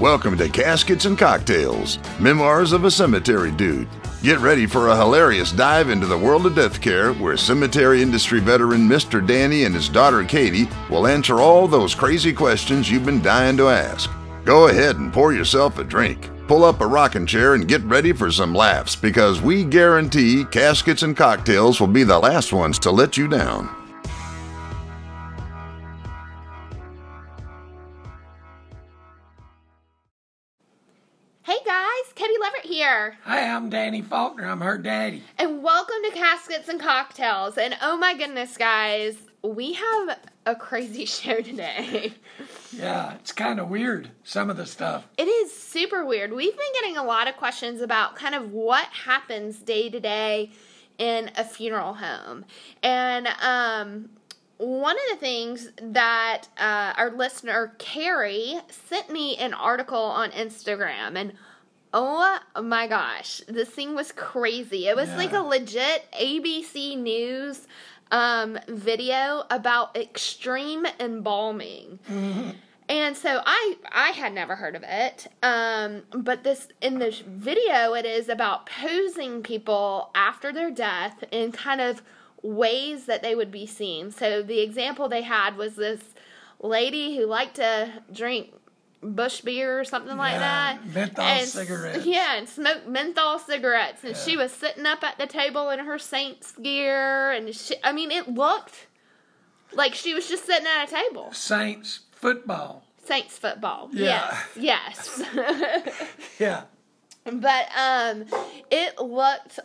Welcome to Caskets and Cocktails, Memoirs of a Cemetery Dude. Get ready for a hilarious dive into the world of death care where cemetery industry veteran Mr. Danny and his daughter Katie will answer all those crazy questions you've been dying to ask. Go ahead and pour yourself a drink, pull up a rocking chair, and get ready for some laughs because we guarantee Caskets and Cocktails will be the last ones to let you down. Hey guys, Katie Leverett here, Hi, I'm Danny Faulkner. I'm her daddy. and welcome to Caskets and Cocktails. And oh my goodness, guys, we have a crazy show today. Yeah, it's kind of weird, some of the stuff. It is super weird. We've been getting a lot of questions about kind of what happens day to day in a funeral home. And um, one of the things that uh, our listener, Carrie, sent me an article on Instagram. And oh my gosh, this thing was crazy. It was like a Yeah. legit ABC News um, video about extreme embalming and so i i had never heard of it um but this in this video it is about posing people after their death in kind of ways that they would be seen so the example they had was this lady who liked to drink bush beer or something like Yeah, that menthol and, s- cigarettes. yeah and smoked menthol cigarettes and she was sitting up at the table in her saints gear and she i mean it looked like she was just sitting at a table Saints football. Saints football. Yeah. Yes. Yes. Yeah. but um it looked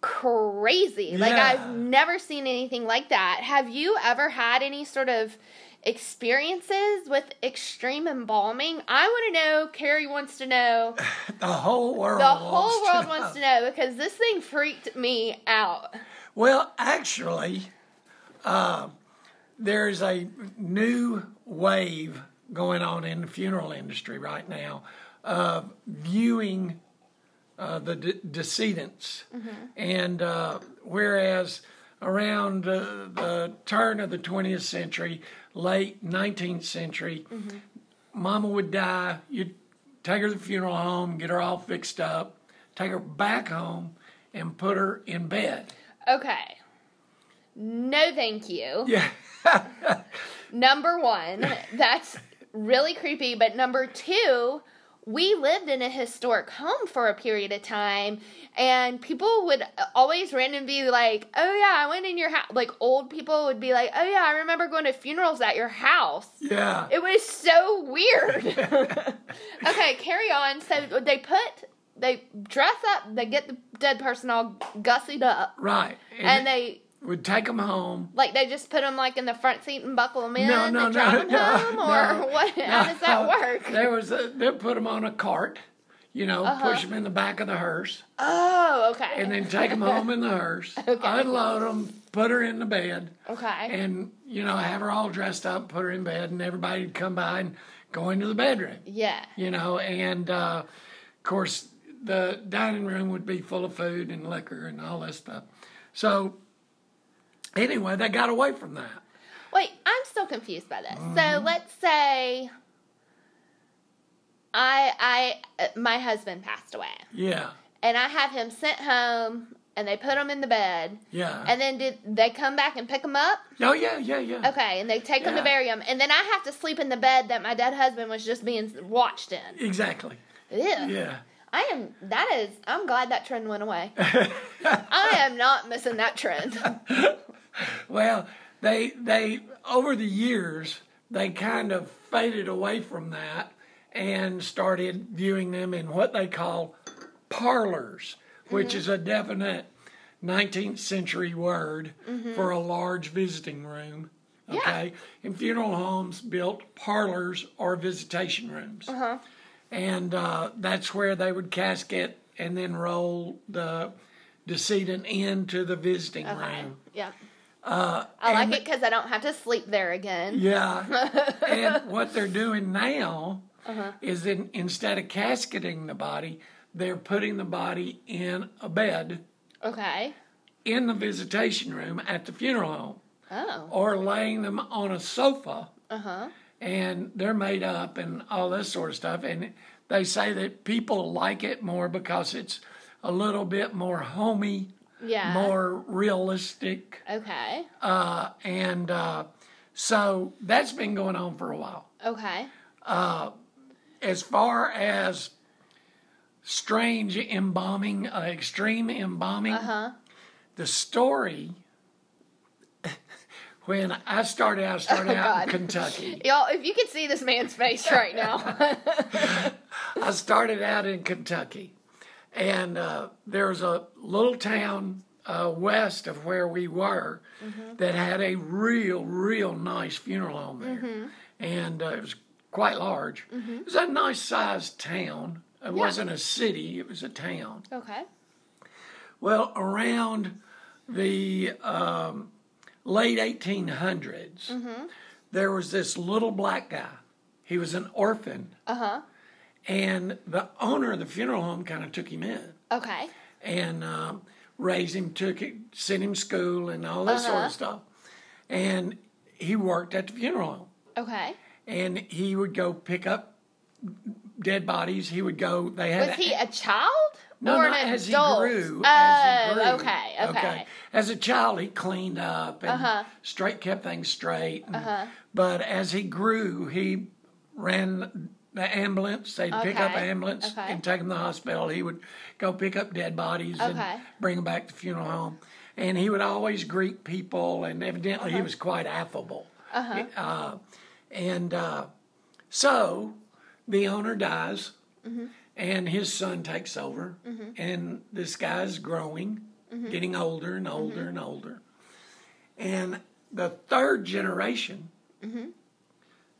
crazy. Like Yeah. I've never seen anything like that. Have you ever had any sort of experiences with extreme embalming? I want to know, Carrie wants to know, The whole world. the whole wants world to wants know. to know because this thing freaked me out. Well, actually, um, there's a new wave going on in the funeral industry right now of viewing uh, the de- decedents. And uh, whereas around uh, the turn of the 20th century, late 19th century, Mama would die. You'd take her to the funeral home, get her all fixed up, take her back home, and put her in bed. Okay. No, thank you. Yeah. Number one, that's really creepy. But number two, we lived in a historic home for a period of time, and people would always randomly be like, "Oh yeah, I went in your house." Like old people would be like, "Oh yeah, I remember going to funerals at your house." Yeah. It was so weird. okay, carry on. So they put they dress up, they get the dead person all gussied up, right. and they would take them home. like they just put them like in the front seat and buckle them in No, and no, drive no, them no, home, or no, what? How does that work? There was a, they put them on a cart, you know, Uh-huh. push them in the back of the hearse, Oh, okay. and then take them home in the hearse, unload them, put her in the bed, okay. and you know, have her all dressed up, put her in bed, and everybody'd come by and go into the bedroom. yeah. you know, and uh, of course the dining room would be full of food and liquor and all that stuff. So anyway, they got away from that. Wait, I'm still confused by this. Mm-hmm. So let's say I I uh, my husband passed away, Yeah, and I have him sent home, and they put him in the bed, yeah. and then did they come back and pick him up? oh yeah, yeah, yeah. Okay, and they take him to Yeah. bury him, and then I have to sleep in the bed that my dead husband was just being watched in. Exactly. Ew. Yeah. I am. That is. I'm glad that trend went away. I am not missing that trend. Well, they they over the years they kind of faded away from that and started viewing them in what they call parlors, which is a definite 19th century word for a large visiting room. Okay, in funeral homes built parlors or visitation rooms, and uh, that's where they would casket and then roll the decedent into the visiting room. Yeah. I like Uh, and- it because I don't have to sleep there again. Yeah. and what they're doing now is in, instead of casketing the body, they're putting the body in a bed Okay. in the visitation room at the funeral home Oh. or laying them on a sofa. and they're made up and all this sort of stuff. And they say that people like it more because it's a little bit more homey, Yeah. more realistic. Okay. Uh, and uh, so that's been going on for a while. Okay. As far as strange embalming, uh, extreme embalming, the story. When I started, I started out God. in Kentucky. Y'all, if you could see this man's face right now. I started out in Kentucky, and uh, there was a little town uh, west of where we were that had a real, real nice funeral home there, and uh, it was quite large. It was a nice sized town. It wasn't a city; it was a town. okay. Well, around the um, late 1800s, Mm-hmm. there was this little black guy. He was an orphan. Uh huh. Uh-huh. And the owner of the funeral home kind of took him in Okay. and um, raised him, took him, sent him to school, and all this Uh-huh. sort of stuff. And he worked at the funeral home Okay. and he would go pick up dead bodies. He would go, they had Was he a child no, or no, an as adult? He grew, oh, as he grew. okay, okay, Uh-huh. As a child, he cleaned up and straight kept things straight. and- But as he grew, he ran the ambulance. They'd pick up Okay, ambulance okay. and take them to the hospital. He would go pick up dead bodies Okay. and bring them back to the funeral home. And he would always greet people, and evidently Uh-huh. he was quite affable. Uh-huh. and uh, so the owner dies Mm-hmm. and his son takes over and this guy's growing Mm-hmm. getting older and older and older and the third generation Mm-hmm.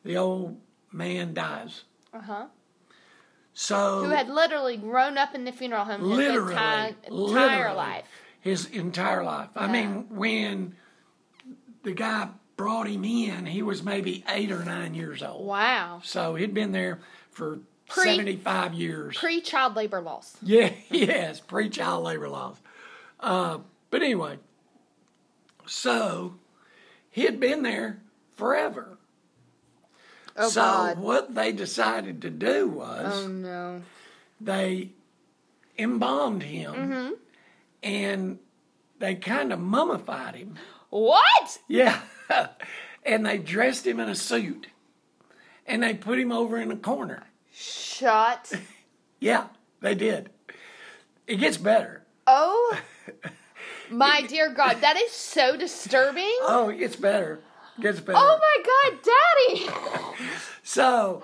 the old man dies Uh huh. so Who had literally grown up in the funeral home his literally, entire, literally entire life? his entire life i mean when the guy brought him in he was maybe eight or nine years old Wow. so he'd been there for Pre- 75 years Pre child labor laws. Yeah, yes, pre child labor laws. Uh, but anyway, so he had been there forever. Oh, so God. what they decided to do was Oh, no. they embalmed him Mm-hmm. and they kind of mummified him. What? Yeah. and they dressed him in a suit and they put him over in a corner. Shut Yeah, they did. It gets better. Oh my dear God, that is so disturbing. Oh, it gets better. It gets better. Oh my God, Daddy! So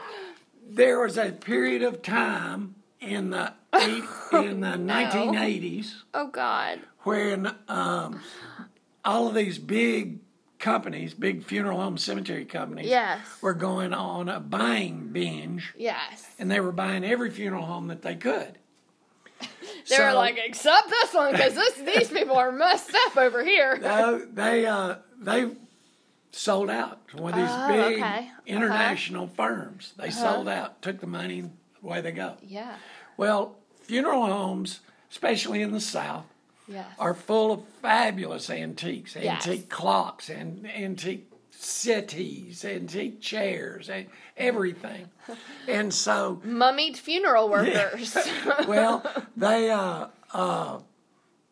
there was a period of time in the eight, in the nineteen eighties Oh God. when um, all of these big companies, big funeral home cemetery companies, Yes. were going on a buying binge, Yes. and they were buying every funeral home that they could. They were So- like, except this one, because these people are messed up over here. No, they uh, they sold out to one of these Oh, big okay. Uh-huh. international firms. They sold out, took the money, and away they go. Yeah. Well, funeral homes, especially in the South, Yes. are full of fabulous antiques, Yes. antique clocks, and antique settees, antique chairs, and everything. And so, Mummied funeral workers. well, they uh, uh,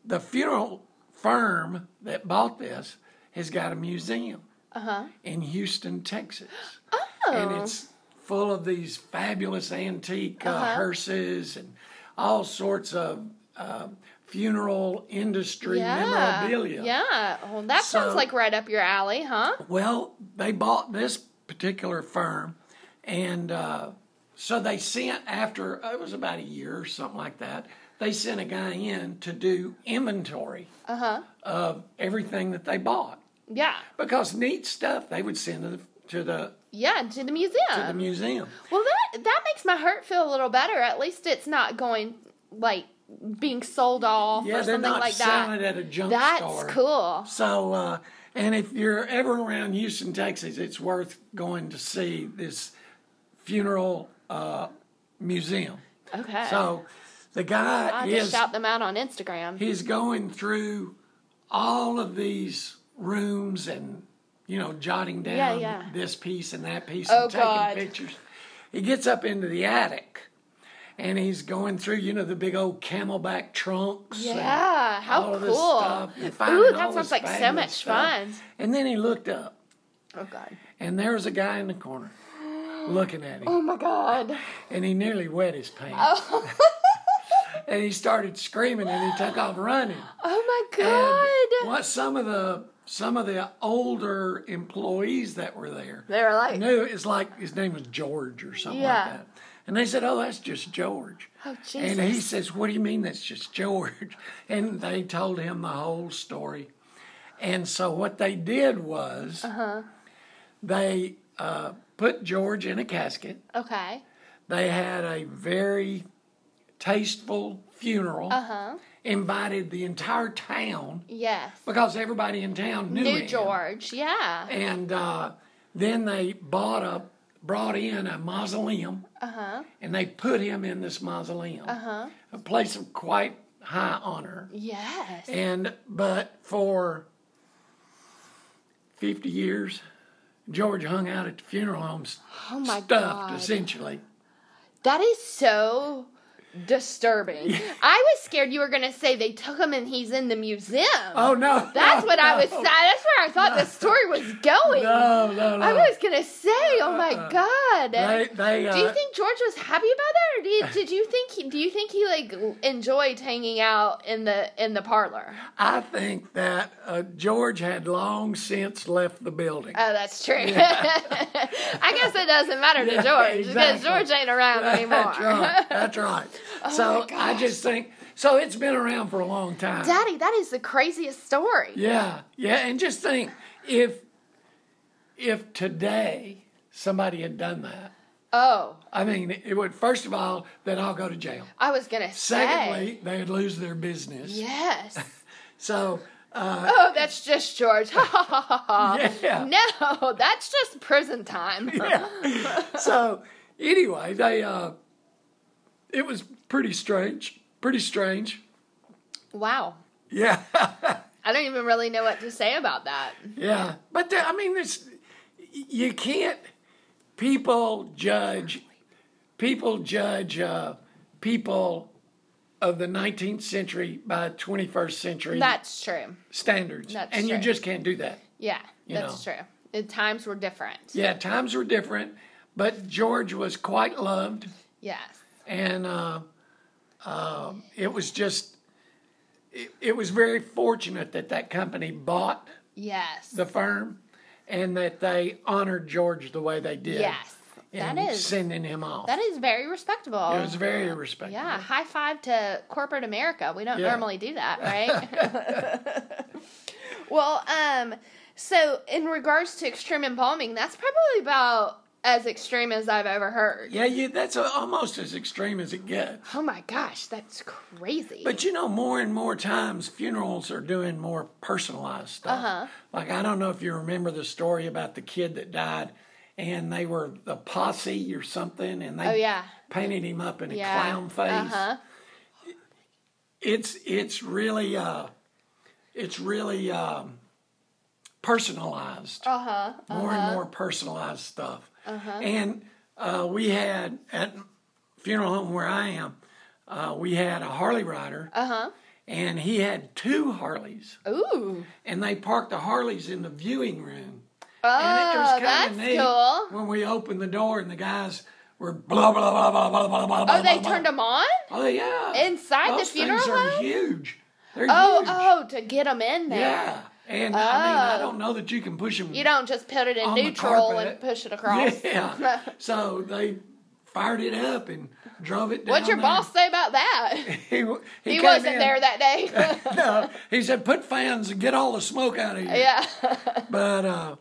the funeral firm that bought this has got a museum Uh-huh. in Houston, Texas, Oh. and it's full of these fabulous antique uh, Uh-huh. hearses and all sorts of uh, funeral industry yeah. memorabilia. Yeah. Well, that sounds So- like right up your alley, huh? Well, they bought this particular firm, and uh, so they sent after oh, it was about a year or something like that. They sent a guy in to do inventory Uh-huh. of everything that they bought Yeah. because neat stuff they would send to the to the, Yeah, to the museum. the museum. Well, that that makes my heart feel a little better. At least it's not going like being sold off Yeah, or they're something not like selling that. it at a junk That's store. cool. So, uh, and if you're ever around Houston, Texas, it's worth going to see this funeral uh, museum. Okay. So the guy I is just shout them out on Instagram. he's going through all of these rooms and you know, jotting down Yeah, yeah. this piece and that piece Oh, and taking God. pictures. He gets up into the attic and he's going through, you know, the big old camelback trunks. and Yeah, how all of this cool. stuff and finding Ooh, that all sounds this like so fabulous much stuff. fun. And then he looked up Oh god. and there was a guy in the corner looking at him Oh my god. and he nearly wet his pants. Oh. and he started screaming and he took off running. Oh my god. And what some of the some of the older employees that were there They were like, knew it's like his name was George or something Yeah. like that. And they said, Oh, that's just George. oh and he Jesus. says, What do you mean that's just George? And they told him the whole story. And so what they did was Uh-huh. they uh, put George in a casket. Okay. They had a very tasteful funeral. Uh huh. Invited the entire town Yes. because everybody in town knew New him. George. Yeah. And uh, then they bought a brought in a mausoleum, Uh-huh. and they put him in this mausoleum, a place of quite high honor. Yes. And but for fifty years, George hung out at the funeral homes, Oh my stuffed god. essentially. That is so disturbing. I was scared you were gonna say they took him and he's in the museum. Oh no! That's no, what I was. no, That's where I thought the story was going. No, no, no. I was gonna say, oh my god. They, they, do you uh, think George was happy about that, or do you, did you think he? Do you think he like l- enjoyed hanging out in the in the parlor? I think that uh, George had long since left the building. Oh, that's true. I guess it doesn't matter to Yeah, George because exactly. George ain't around anymore. Oh That's right. That's right. so I just think so. It's been around for a long time. Daddy, that is the craziest story. yeah, yeah. And just think if if today somebody had done that, Oh, I mean, it would first of all they'd all go to jail. I was gonna say. Secondly, they'd lose their business. yes. So uh, Oh, that's just George. Ha ha ha ha. ha. yeah. No, that's just prison time. yeah. so anyway, they uh, it was pretty strange. Pretty strange. Wow. Yeah. I don't even really know what to say about that. Yeah, but the, I mean, this you can't. People judge. People judge uh, people of the 19th century by 21st century That's true. standards, that's and you true. just can't do that. Yeah, You that's true. The times were different. Yeah, times were different, but George was quite loved, Yes. and uh, uh, it was just. It, it was very fortunate that that company bought Yes. the firm, and that they honored George the way they did. yes. That and is sending him off. that is very respectable. it was very respectful. yeah, high five to corporate America. We don't Yeah. normally do that, right? well, um, so in regards to extreme embalming, that's probably about as extreme as I've ever heard. Yeah, you, that's uh almost as extreme as it gets. Oh my gosh, that's crazy. But you know, more and more times funerals are doing more personalized stuff. Uh-huh. Like I don't know if you remember the story about the kid that died, and they were the posse or something, and they Oh, yeah. painted him up in yeah. a clown face. Uh-huh. It's it's really uh, it's really um, personalized. Uh-huh. more and more personalized stuff. And uh, we had at funeral home where I am, uh, we had a Harley rider, Uh-huh. and he had two Harleys, Ooh. and they parked the Harleys in the viewing room. and Oh, that's kinda Oh, cool. when we opened the door and the guys were blah blah blah blah blah blah blah. Oh, they turned them on? Oh yeah. inside the Those funeral things are home? huge. They're Oh, huge. oh, to get them in there. yeah. And I mean, I Oh. don't know that you can push them. You don't just put it in On the neutral carpet. and push it across. Yeah. so they fired it up and drove it down. What'd your there. boss say about that? He, w- he, He came wasn't in- there that day. No, he said, "Put fans and get all the smoke out of here." yeah. But uh,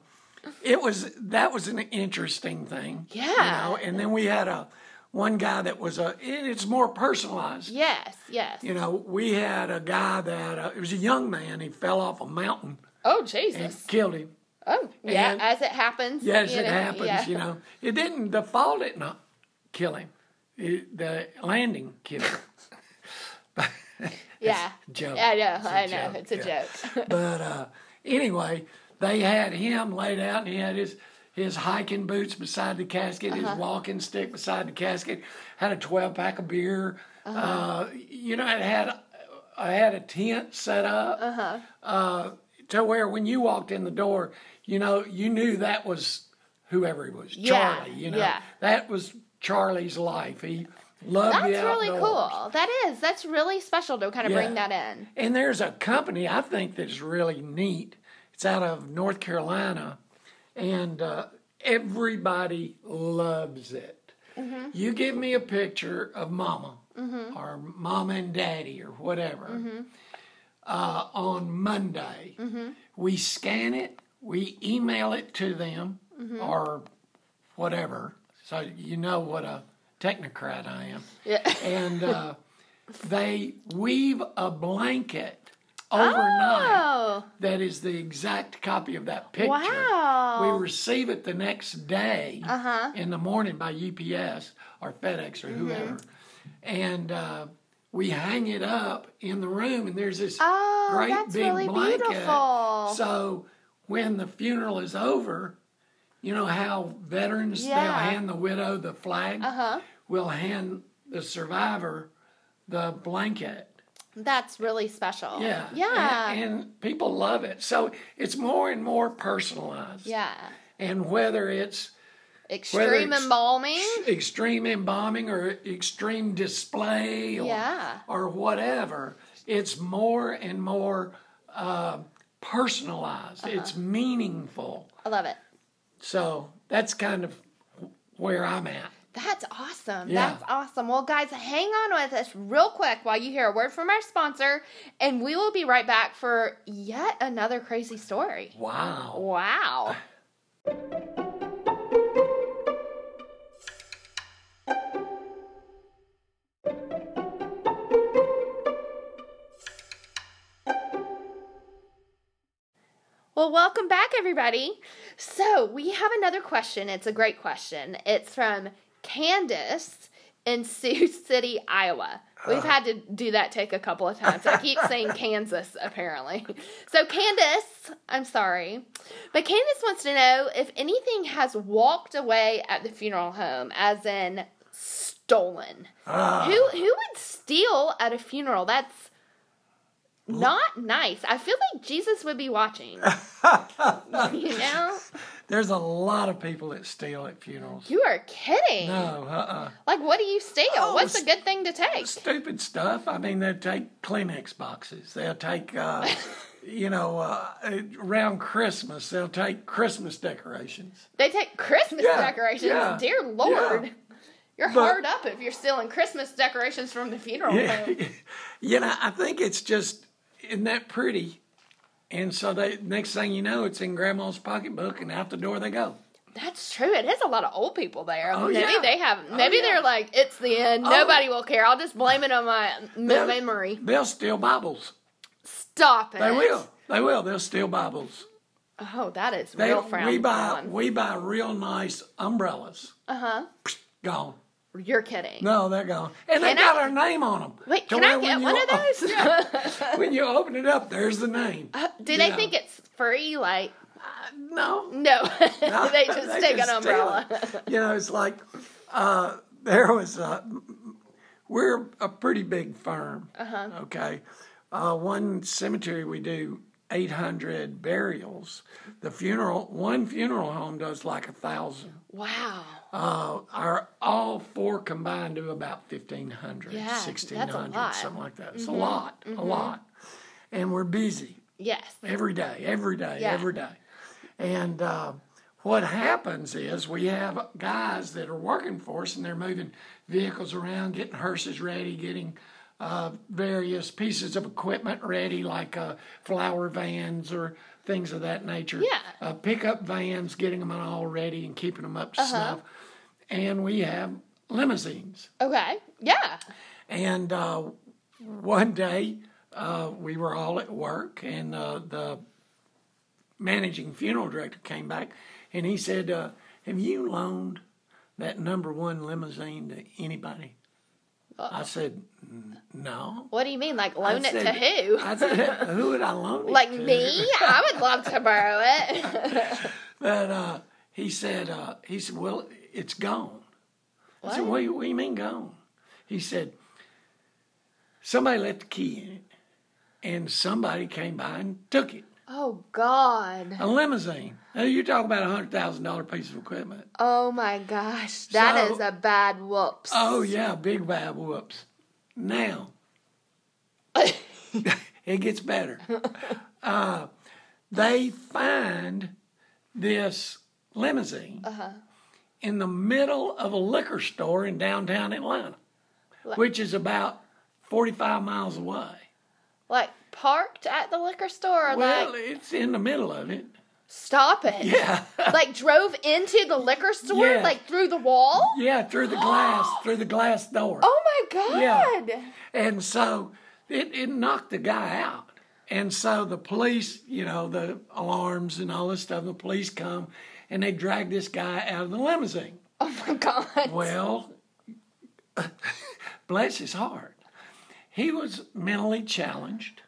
it was that was an interesting thing. you Yeah. know? And then we had a one guy that was a. and It's more personalized. Yes, yes. You know, we had a guy that uh, it was a young man. He fell off a mountain Oh, and Jesus. killed him. Oh, yeah, and- as it happens. Yes, you it know, happens. yeah. You know, it didn't. The fall did not kill him. It- the landing killed him. Yeah. Joke. I know, I know. joke, It's a yeah. joke. but uh, anyway, they had him laid out and he had his his hiking boots beside the casket, Uh-huh. his walking stick beside the casket, had a twelve pack of beer. uh Uh-huh. you know, it had I had a tent set up Uh-huh. uh to where when you walked in the door, you know, you knew that was whoever he was, Yeah, Charlie. You know, yeah. that was Charlie's life. He loved That's the outdoors. really cool. That is. That's really special to kind of bring Yeah. that in. And there's a company I think that's really neat. It's out of North Carolina, and uh, everybody loves it. Mm-hmm. You give me a picture of Mama or Mama and Daddy or whatever Mm-hmm. uh, on Monday. We scan it, we email it to them Mm-hmm. or whatever, so you know what a technocrat I am Yeah. and uh, they weave a blanket overnight Oh, that is the exact copy of that picture. Wow. We receive it the next day Uh-huh. in the morning by UPS or FedEx or Mm-hmm. whoever, and uh, we hang it up in the room. And there's this Oh, great that's big really blanket. beautiful. So when the funeral is over, you know how veterans they'll Yeah. hand the widow the flag. Uh-huh. We'll hand the survivor the blanket. that's really special. Yeah. Yeah. And, and people love it. So it's more and more personalized. yeah. And whether it's Extreme it's- embalming. extreme embalming or extreme display or, Yeah. or whatever, it's more and more uh, personalized. It's meaningful. I love it. So that's kind of where I'm at. That's awesome. Yeah. That's awesome. Well, guys, hang on with us real quick while you hear a word from our sponsor, and we will be right back for yet another crazy story. Wow. Wow. Well, welcome back, everybody. So, we have another question. It's a great question. It's from Candace in Sioux City, Iowa. We've had to do that take a couple of times. I keep saying Kansas, apparently. So, Candace, I'm sorry. But Candace wants to know if anything has walked away at the funeral home, as in stolen. Ah. Who who would steal at a funeral? That's not nice. I feel like Jesus would be watching. you know? There's a lot of people that steal at funerals. You are kidding. No, uh-uh. Like what do you steal? What's s- a good thing to take? Stupid stuff. I mean, they'll take Kleenex boxes. They'll take, uh, you know, uh, around Christmas, they'll take Christmas decorations. They take Christmas Yeah, decorations. yeah, Dear Lord. yeah. You're But- hard up if you're stealing Christmas decorations from the funeral home. you know, I think it's just, isn't that pretty? And so they next thing you know, it's in Grandma's pocketbook, and out the door they go. That's true. It is a lot of old people there. Oh, maybe yeah. they have. Maybe yeah. Oh. they're like, it's the end. Nobody will care. I'll just blame it on my m- They'll- memory. They'll steal Bibles. Stop it. They will. They will. They'll steal Bibles. Oh, that is They, real frowned we buy upon. we buy real nice umbrellas. Uh Uh-huh. Gone. You're kidding. No, they're gone. And they Can got I- our name on them. Wait, can I get one of those? Uh-huh. when you open it up, there's the name. Do they Yeah. think it's free? Like, No. no. they just take an just steal umbrella. it. you know, it's like uh, there was a. We're a pretty big firm. Uh-huh. Okay. Uh, one cemetery we do 800 burials. The funeral, one funeral home does like a thousand. Wow. uh, are all four combined to about 1500 Yeah, that's a 1600 lot. Mm-hmm. something like that it's a lot a lot and we're busy Yes. every day every day Yeah. every day and uh, what happens is we have guys that are working for us and they're moving vehicles around getting hearses ready getting uh, various pieces of equipment ready like uh, flower vans or things of that nature Yeah. uh, pickup vans getting them all ready and keeping them up to Uh-huh. snuff and we have limousines. Okay. Yeah. And uh, one day uh, we were all at work, and uh, the managing funeral director came back and he said, uh, Have you loaned that number one limousine to anybody? I said, "N- no. What do you mean? Like loan I it said- to who? I said, who would I loan it like to?" me? I would love to borrow it. But uh, he said, uh, he said, well, it's gone. I said, What? what do, you, what do you mean gone? He said, somebody left the key in it, and somebody came by and took it. oh God. A limousine. Now you're talking about a hundred thousand dollar piece of equipment. Oh my gosh. that So- is a bad whoops. Oh yeah, big bad whoops. Now it gets better. Uh, they find this limousine in the middle of a liquor store in downtown Atlanta, which is about forty-five miles away. like parked at the liquor store or Well, like it's in the middle of it. stop it. Yeah, Like drove into the liquor store, Yeah. like through the wall? yeah, through the glass, through the glass door. Oh my god. And so it, it knocked the guy out. And so the police, you know, the alarms and all this stuff, the police come and they drag this guy out of the limousine. Oh my god. Well, bless his heart. He was mentally challenged,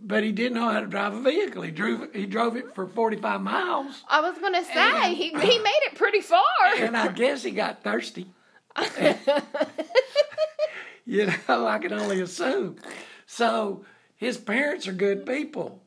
but he didn't know how to drive a vehicle. He drove, he drove it for 45 miles, I was gonna say he, he made it pretty far. and I guess he got thirsty. you know, I can only assume. So his parents are good people.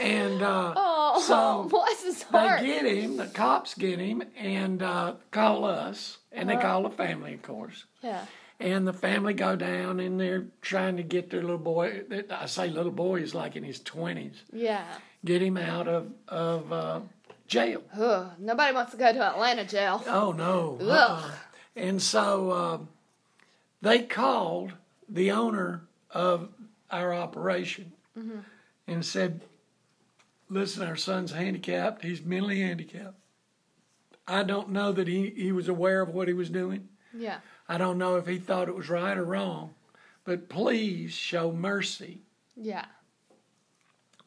And uh, Oh, so bless his they heart. get him, the cops get him, and uh, call us. And they call the family, of course. yeah. And the family go down and they're trying to get their little boy. I say little boy is like in his 20s. Yeah. Get him out of, of uh, jail. Ugh, nobody wants to go to Atlanta jail. Oh no. Uh-uh. And so uh, they called the owner of our operation and said, "Listen, our son's handicapped. He's mentally handicapped. I don't know that he, he was aware of what he was doing. Yeah. I don't know if he thought it was right or wrong, but please show mercy." Yeah.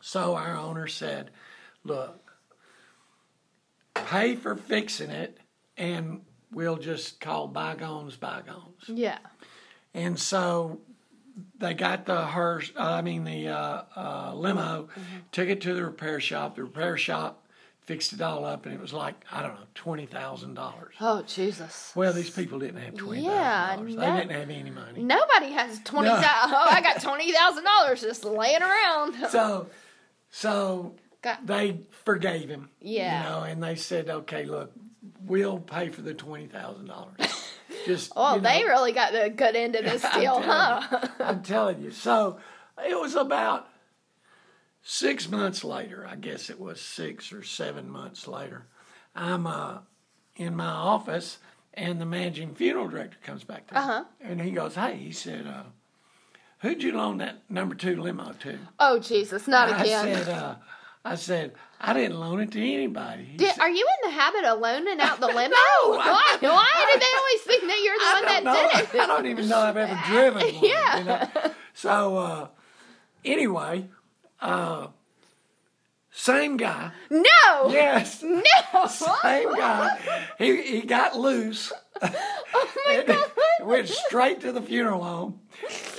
So our owner said, Look, pay for fixing it and we'll just call bygones bygones. Yeah. And so they got the hearse, uh, I mean, the uh, uh, limo, Mm-hmm. took it to the repair shop. The repair shop fixed it all up and it was like, I don't know, $20,000. Oh Jesus. Well, these people didn't have $20,000. Yeah, Mm-hmm. no. They didn't have any money. Nobody has twenty thousand. Oh, I got twenty thousand dollars just laying around. So, so Got- they forgave him. Yeah. You know, and they said, okay, look, we'll pay for the twenty thousand dollars. Just Oh, you know, they really got the good end of this I'm deal, telling huh? I'm telling you. So it was about six months later. I guess it was six or seven months later. I'm uh, in my office, and the managing funeral director comes back to me, Uh-huh. and he goes, "Hey," he said, uh, "Who'd you loan that number two limo to?" Oh Jesus, not I again. said, uh, I said, I didn't loan it to anybody. He Did, said, are you in the habit of loaning out the limo? why? I- Why do they always think that you're the I one that don't know. did it? I don't even know I've ever driven one. you Yeah. know. So uh, anyway, uh, same guy. No. Yes. No. Same guy. He he got loose. and Went straight to the funeral home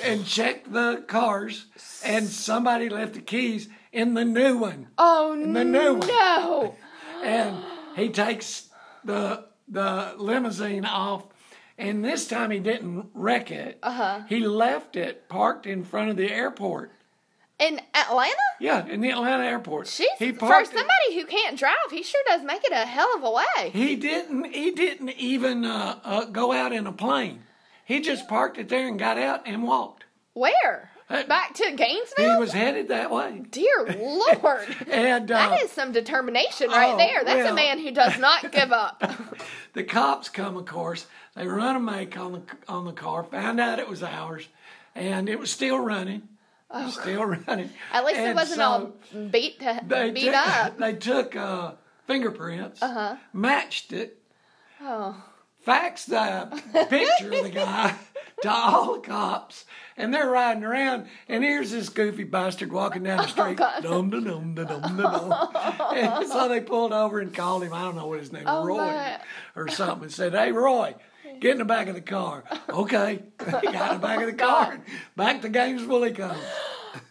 and checked the cars, and somebody left the keys in the new one. Oh the new one. no. and he takes the the limousine off and this time he didn't wreck it uh-huh. he left it parked in front of the airport In Atlanta? yeah in the atlanta airport She's he for parked it- somebody who can't drive, he sure does make it a hell of a way. he didn't he didn't even uh, uh, go out in a plane he just parked it there and got out and walked Where? Hey. Back to he Gainesville? was headed that way Dear Lord. and uh, That is some determination right oh, there. That's a well. man who does not give up. The cops come, of course. They run a make on the on the car. Found out it was ours, and it was still running. It was still running. Oh. At least it And wasn't so all beat to, they beat took- up. Uh-huh. They took uh, fingerprints, matched it, Oh. faxed the picture of the guy to all the cops, and they're riding around. And here's this goofy bastard walking down the street. Oh, God. dum dum dum dum dum dum. And so they pulled over and called him. I don't know what his name, Oh, Roy my. or something, and said, "Hey, Roy, Get in the back of the car. Okay. Got in the back Oh, of the car. Back to Gainesville he comes.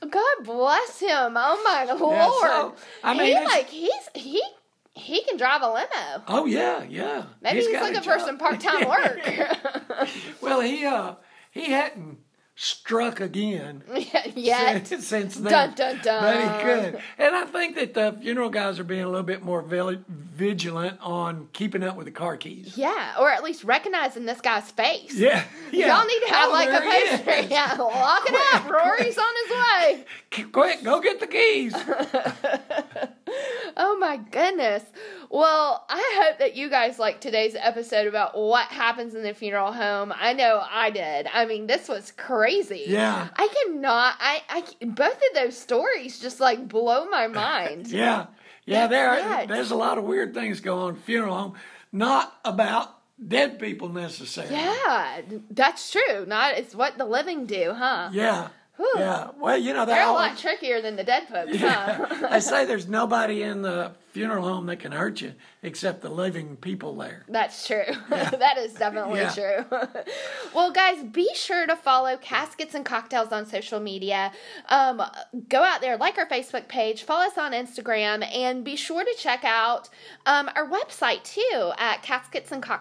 God bless him. Oh my lord. so, I mean, he it's- like he's he he can drive a limo. Oh yeah, yeah. Maybe he's, got a looking for job. some part time work. Well, he uh he hadn't struck again Yet. since, since then. Dun, dun, dun. But he could. And I think that the funeral guys are being a little bit more vil- vigilant on keeping up with the car keys. Yeah, or at least recognizing this guy's face. Yeah. yeah. Y'all need to have Oh, like a there he is. poster. Yeah, lock it up. Rory's on his way. Qu- Quick, go get the keys. Oh my goodness. Well, I hope that you guys liked today's episode about what happens in the funeral home. I know I did. I mean, this was crazy. Yeah. I cannot. I, I both of those stories just like blow my mind. Yeah, yeah. There, right. there's a lot of weird things going on at funeral home. Not about dead people necessarily. Yeah, that's true. Not it's what the living do, huh? Yeah. Whew. Yeah. Well, you know they They're a always, lot trickier than the dead folks, huh? Yeah. they say there's nobody in the funeral home that can hurt you except the living people there. That's true. that is definitely Yeah. true. well, guys, be sure to follow Caskets and Cocktails on social media. Um, go out there, like our Facebook page, follow us on Instagram, and be sure to check out um, our website too at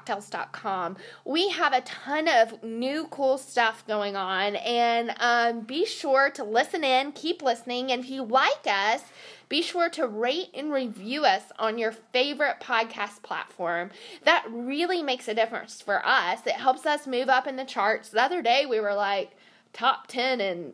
casketsandcocktails.com. We have a ton of new cool stuff going on, and um, be sure to listen in, keep listening, and if you like us, be sure to rate and review us on your favorite podcast platform. That really makes a difference for us. It helps us move up in the charts. The other day we were like top 10 in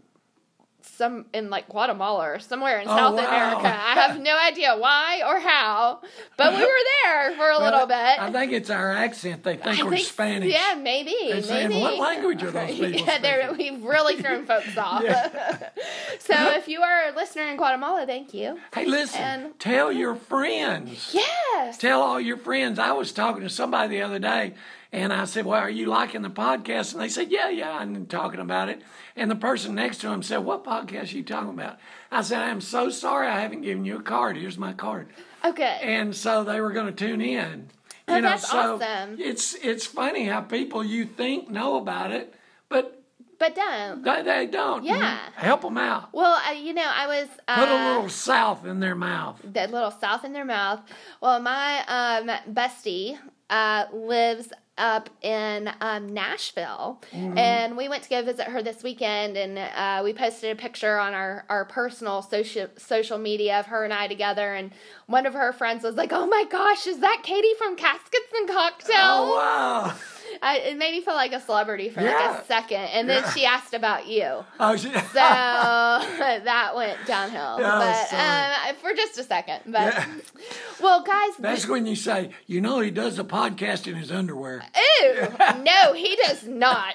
some in like Guatemala or somewhere in Oh, South wow. America. I have no idea why or how, but we were there for a little bit. I think it's our accent. They think I we're think- Spanish. Yeah, maybe. They're maybe. saying, "What language are those people yeah, they're, we've really thrown folks off. so if you are a listener in Guatemala, thank you. Hey, listen. And- tell your friends. Yes. Tell all your friends. I was talking to somebody the other day, and I said, "Well, are you liking the podcast?" And they said, "Yeah, yeah, I'm talking about it." And the person next to him said, "What podcast are you talking about?" I said, "I am so sorry, I haven't given you a card. Here's my card." Okay. and so they were going to tune in. You Oh, know, that's so awesome. it's it's funny how people you think know about it, but but don't. they, they don't. You Yeah. help them out. Well, I, you know, I was uh, Put a little south in their mouth. that little south in their mouth. Well, my um, bestie uh, lives up in um, Nashville, Mm-hmm. and we went to go visit her this weekend, and uh, we posted a picture on our, our personal social social media of her and I together, and one of her friends was like, "Oh my gosh, is that Katie from Caskets and Cocktails?" Oh wow! I, it made me feel like a celebrity for Yeah. like a second, and then she asked about you. Oh, she- So Ah. that went downhill. but sorry. um, for just a second. But well, guys, that's when you say, you know, he does the podcast in his underwear. ew, no, he does not.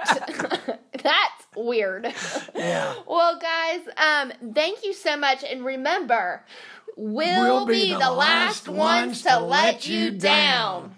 That's weird. Yeah. Well, guys, um, thank you so much, and remember, we'll, be, the, last ones to let you down.